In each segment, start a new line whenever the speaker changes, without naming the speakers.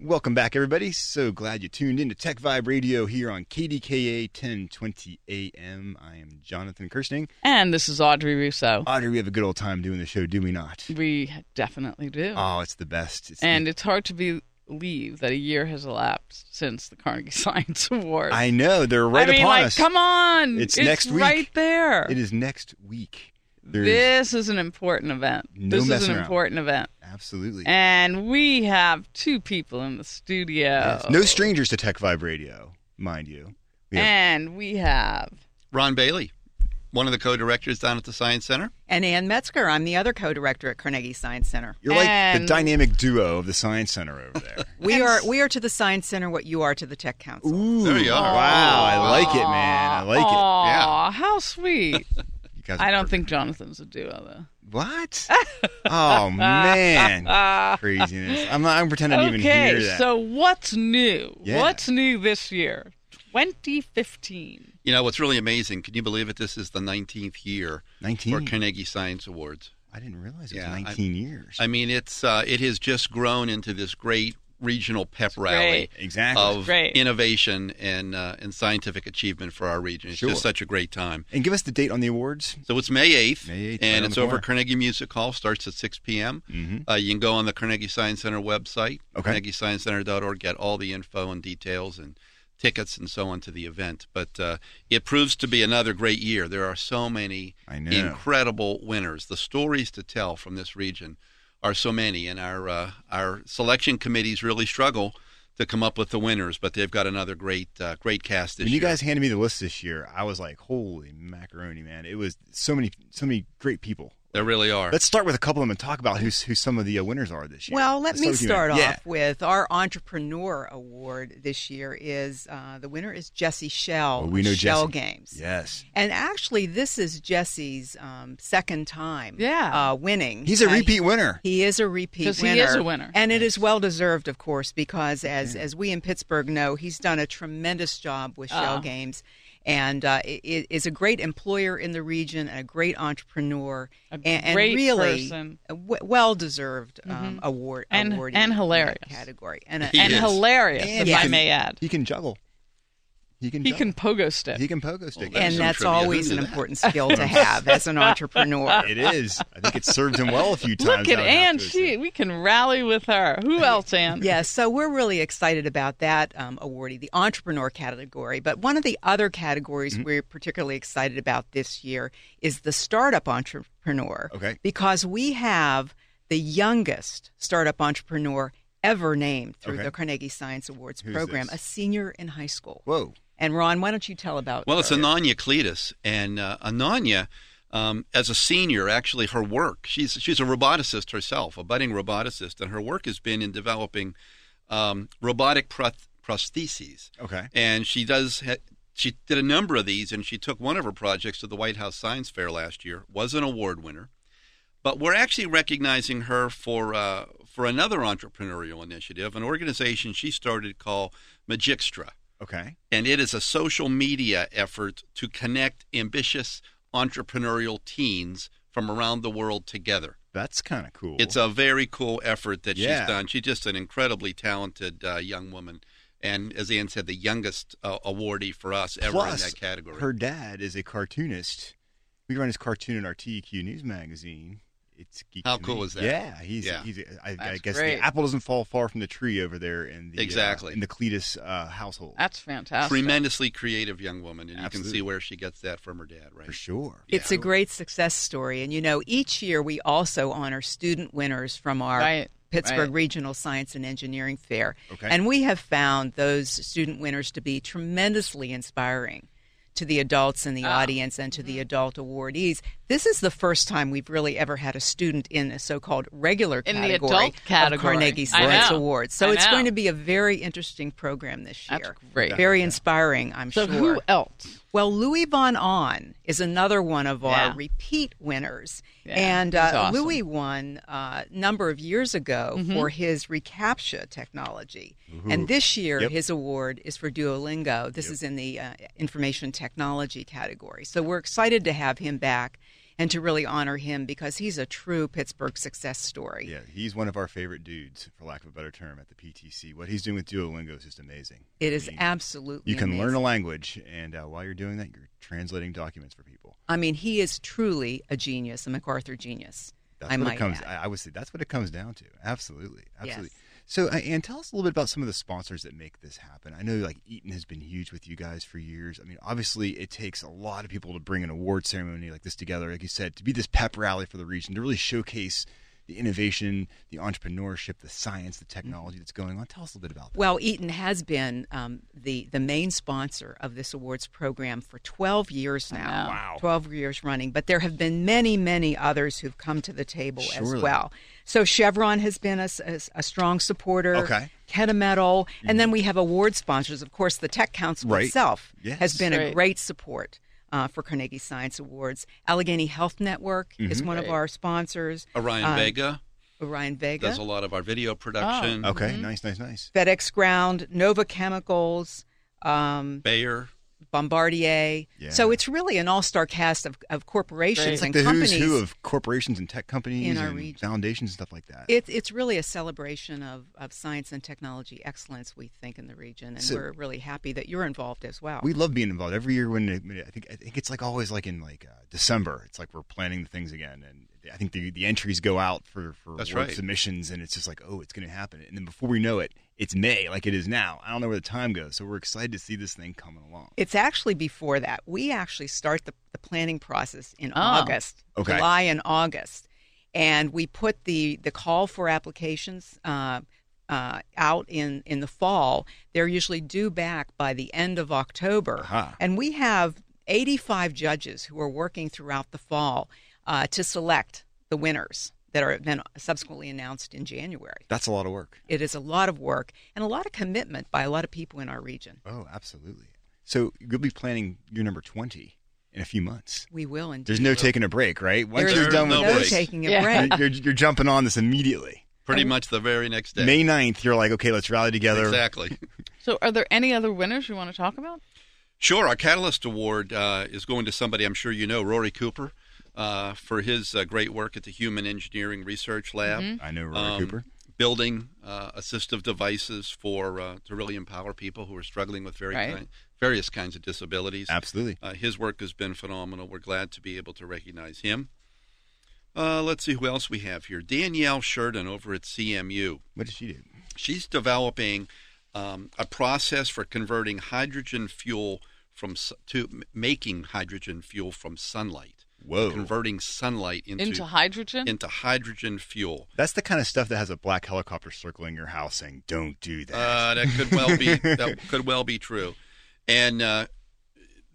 Welcome back, everybody. So glad you tuned in to Tech Vibe Radio here on KDKA 1020 AM. I am Jonathan Kirsting.
And this is Audrey Russo.
Audrey, we have a good old time doing the show, do we not?
We definitely do.
Oh, it's the best. It's
and it's hard to believe that a year has elapsed since the Carnegie Science Award.
I know they're right
I mean,
upon
like,
us.
come on.
It's next week.
right there.
It is next week. There's
This is an important event.
No
this is
messing
an
around.
important event.
absolutely
And we have two people in the studio.
Yes. no strangers to Tech Vibe Radio, mind you. We have
And we have
Ron Bailey, one of the co-directors down at the Science Center.
And Ann Metzger, I'm the other co-director at Carnegie Science Center.
You're like the
And-
dynamic duo of the Science Center over there.
We are we are to the Science Center what you are to the Tech Council.
Ooh,
There you are.
Wow, I like it, man. I like
Aw,
Yeah.
how sweet.
it. You guys are
I don't
perfect.
think Jonathan's a duo though.
What? oh man, craziness! I'm not. I'm pretending to even hear
Okay,
that.
so what's new?
Yeah.
What's new this year? 2015.
You know what's really amazing? Can you believe it? This is the 19th year for
19.
Carnegie Science Awards.
I didn't realize it
Yeah, I-
was 19 years.
I mean, it's uh, it has just grown into this great regional pep
great.
rally
exactly.
of
Great.
innovation and uh, and scientific achievement for our region. It's
Sure.
just such a great time.
and give us the date on the awards.
So it's May 8th,
May 8th, right
and
on
it's
the corner.
over
Mm-hmm.
at Carnegie Music Hall. Starts at 6 p.m. Uh, you can go on the Carnegie Science Center website,
Okay.
carnegiesciencecenter.org, get all the info and details and tickets and so on to the event. But uh, it proves to be another great year. There are so many
I know.
incredible winners. The stories to tell from this region are so many, and our uh, our selection committees really struggle to come up with the winners. But they've got another great uh, great cast this
When you
year.
guys handed me the list this year, I was like, "Holy macaroni, man!" It was so many, so many great people.
there really are.
Let's start with a couple of them and talk about who's who some of the uh, winners are this year.
Well, let
Let's
me
with you,
start
Ann.
off
Yeah.
with our Entrepreneur Award this year is uh, the winner is Jesse Shell.
Oh, we know
Shell
Jesse.
Games.
Yes,
And actually, this is Jesse's um, second time
Yeah.
uh, winning.
he's a
Uh,
repeat winner.
He is a repeat
'Cause he
winner.
is a winner.
And it is well deserved, of course, because as, as we in Pittsburgh know, he's done a tremendous job with Shell
Oh.
Games and uh, i- i- is a great employer in the region and a great entrepreneur.
A
and, and
great
really
person. Mm-hmm.
a w- well deserved um, award.
And-
awardee
and
in that
hilarious.
category. And, a,
He
and
is.
hilarious,
And
if
he
I
can-
may add.
He can juggle. He can.
He
juggle.
can pogo stick.
He can pogo stick.
Well,
and
Some
that's
trivia. Who
always
knew
an
that?
important skill to have as an entrepreneur.
It is. I think it served him well a few times.
Look at
I would have
Anne.
to
She,
assume.
we can rally with her. Who else, Anne?
Yeah, so we're really excited about that um, awardee, the entrepreneur category. But one of the other categories
Mm-hmm.
we're particularly excited about this year is the startup entrepreneur.
Okay.
Because we have the youngest startup entrepreneur ever named through
Okay.
the Carnegie Science Awards
Who's
program,
this?
a senior in high school.
Whoa.
And Ron, why don't you tell about uh,
Well, it's
her?
Ananya Cletus, and uh, Ananya, um, as a senior, actually her work. She's she's a roboticist herself, a budding roboticist, and her work has been in developing um, robotic proth- prostheses.
Okay.
And she does. Ha- she did a number of these, and she took one of her projects to the White House Science Fair last year. Was an award winner, but we're actually recognizing her for uh, for another entrepreneurial initiative, an organization she started called Magixtra
Okay.
and it is a social media effort to connect ambitious entrepreneurial teens from around the world together.
That's kind of cool.
It's uh, a very cool effort that
Yeah.
she's done. She's just an incredibly talented uh, young woman, and as Ann said, the youngest uh, awardee for us ever
Plus,
in that category.
Her dad is a cartoonist. We run his cartoon in our TEQ news magazine. It's geek
How
to
cool
me.
is that?
Yeah, he's
Yeah.
he's. I, I
That's
guess
great.
the apple doesn't fall far from the tree over there in the uh,
Exactly.
in the Cletus uh, household
That's fantastic.
Tremendously creative young woman, and you can
Absolutely.
see where she gets that from her dad, right?
for sure.
It's a great success story. And you know, each year we also honor student winners from our
Right,
Pittsburgh
right.
Regional Science and Engineering Fair.
Okay.
And we have found those student winners to be tremendously inspiring to the adults in the
Ah.
audience and to
Mm-hmm.
the adult awardees. This is the first time we've really ever had a student in a so-called regular
In the
category,
adult
of
category.
Carnegie
I
Science
know.
Awards. So
I
it's
know.
going to be a very interesting program this year.
That's great.
Very inspiring, I'm
So
sure.
who else?
Well, Louis Von On is another one of
Yeah.
our repeat winners.
Yeah,
and
he's
uh,
awesome. Mm-hmm.
Louis won a number of years ago for his reCAPTCHA technology. And this year,
Yep.
his award is for Duolingo. This is in the uh, information technology category. So we're excited to have him back and to really honor him because he's a true Pittsburgh success story.
Yeah, he's one of our favorite dudes, for lack of a better term, at the PTC. What he's doing with Duolingo is just amazing.
It is
I mean,
absolutely
You can
amazing.
learn a language, and uh, while you're doing that, you're translating documents for people.
I mean, he is truly a genius, a MacArthur genius.
That's
I
what
might
it comes.
add.
I, I would say that's what it comes down to. Absolutely, absolutely.
Yes.
So, uh, and tell us a little bit about some of the sponsors that make this happen. I know like Eaton has been huge with you guys for years. I mean, obviously, it takes a lot of people to bring an award ceremony like this together. Like you said, to be this pep rally for the region to really showcase the innovation, the entrepreneurship, the science, the technology that's going on. Tell us a little bit about that.
Well, Eaton has been um, the the main sponsor of this awards program for 12 years now.
Wow.
12 years running, but there have been many, many others who've come to the table
Surely.
as well. So Chevron has been a, s- a s- a strong supporter.
Okay. Mm-hmm.
Kenna Metal, and then we have award sponsors. Of course, the Tech Council
Right.
itself
Yes.
has been a
Right.
great support uh, for Carnegie Science Awards. Allegheny Health Network is
Mm-hmm.
one of
Right.
our sponsors.
Orion
Uh,
Vega
Orion Vega Oh.
does a lot of our video production.
Okay,
mm-hmm.
nice, nice, nice.
FedEx Ground, Nova Chemicals, um,
Bayer.
Bombardier.
Yeah.
So it's really an all-star cast of, of corporations
Great.
It's
It's
like
and
the
companies.
who's who of corporations and tech companies
In our
and
region.
foundations and stuff like that.
It's it's really a celebration of, of science and technology excellence. We think in the region, and
So-
we're really happy that you're involved as well.
We love being involved every year. When, it- when it- I think I think it's like always like in like uh, December, it's like we're planning the things again, and I think the the entries go out for for
That's
award
right.
submissions, and it's just like oh, it's going to happen, and then before we know it, it's May, like it is now. I don't know where the time goes, so we're excited to see this thing coming along.
It's actually before that. We actually start the, the planning process in
Oh.
August,
Okay.
July and August. And we put the, the call for applications uh, uh, out in, in the fall. They're usually due back by the end of October.
Aha.
And we have 85 judges who are working throughout the fall uh, to select the winners that are then subsequently announced in January.
That's a lot of work.
It is a lot of work and a lot of commitment by a lot of people in our region.
Oh, absolutely. So you'll be planning your number twenty in a few months.
We will indeed.
There's no taking a break, right? Once
There
There's
you're
is
done
no
with
no
break.
this,
taking a
Yeah.
break.
you're, you're jumping on this immediately.
Pretty much the very next day.
May 9th, you're like, okay, let's rally together.
Exactly.
So are there any other winners you want to talk about?
Sure, our Catalyst Award uh, is going to somebody I'm sure you know, Rory Cooper, uh, for his uh, great work at the Human Engineering Research Lab,
I know Rory
Um,
Cooper.
building uh, assistive devices for uh, to really empower people who are struggling with very
Right.
kind, various kinds of disabilities.
Absolutely.
Uh, his work has been phenomenal. We're glad to be able to recognize him. Uh, let's see who else we have here. Danielle Sheridan over at CMU.
What did she do?
She's developing um, a process for converting hydrogen fuel from s- to m- making hydrogen fuel from sunlight.
Whoa.
Converting sunlight into
Into hydrogen?
into hydrogen fuel.
That's the kind of stuff that has a black helicopter circling your house saying, "Don't do that."
Uh, that could well be that could well be true, and uh,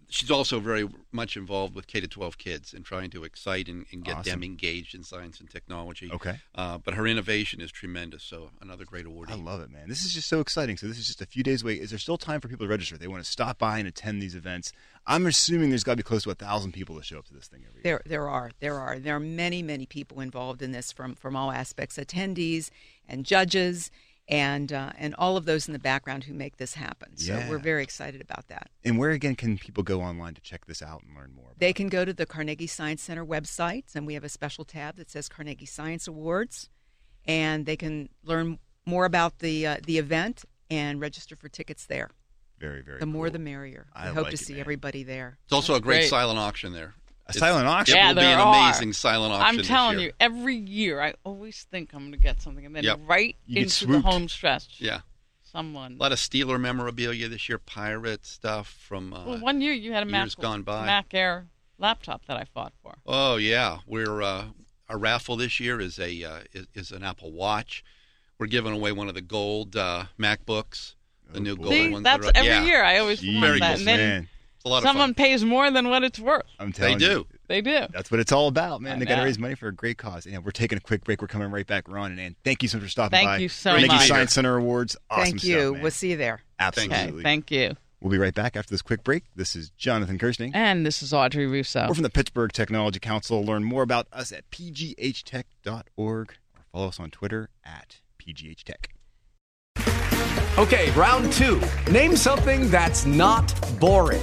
she's also very much involved with K to twelve kids and trying to excite and, and get
Awesome.
them engaged in science and technology.
Okay.
uh, but her innovation is tremendous. So another great award.
I love it, man. This is just so exciting. So this is just a few days away. Is there still time for people to register? They want to stop by and attend these events. I'm assuming there's got to be close to a thousand people that show up to this thing every year.
There, there are, there are, there are many, many people involved in this from from all aspects, attendees and judges, and uh, and all of those in the background who make this happen. So
Yeah.
we're very excited about that.
And where again can people go online to check this out and learn more? About
They
it?
can go to the Carnegie Science Center website, and we have a special tab that says Carnegie Science Awards, and they can learn more about the uh, the event and register for tickets there.
very, very.
the more,
cool.
the merrier.
I
we hope
like
to
it,
see
man.
everybody there.
It's also a great,
great.
silent auction there.
A silent auction.
It
Yeah,
will be
there
an
are.
amazing silent auction.
I'm
this
telling
year.
you, every year I always think I'm going to get something, and then
Yep.
right
You get
into the
swooped.
home stretch,
Yeah,
someone.
a lot of Steeler memorabilia this year, pirate stuff from. Uh,
well, one year you had a Mac,
years gone by.
Mac Air laptop that I fought for.
Oh yeah, we're uh, our raffle this year is a uh, is, is an Apple Watch. We're giving away one of the gold uh, MacBooks, the new
Oh, boy.
gold
See,
ones.
that's
that are,
every
yeah.
year I always
Jeez,
want that,
cool.
and then
man.
It's a lot
Someone
of fun.
pays more than what it's worth.
I'm telling
They
you.
do.
They do.
That's what it's all about, man.
I
They got to
know.
raise money for a great cause. And we're taking a quick break. We're coming right back, Ron and Ann. Thank you so much for stopping
Thank
by.
you so
Thank
much.
you, Science Center Awards. Awesome
Thank you.
stuff, man.
We'll see you there.
Absolutely.
Okay, thank you.
we'll be right back after this quick break. This is Jonathan Kirsting.
And this is Audrey Russo.
We're from the Pittsburgh Technology Council. Learn more about us at pghtech.org or follow us on Twitter at pghtech.
Okay, round two. Name something that's not boring.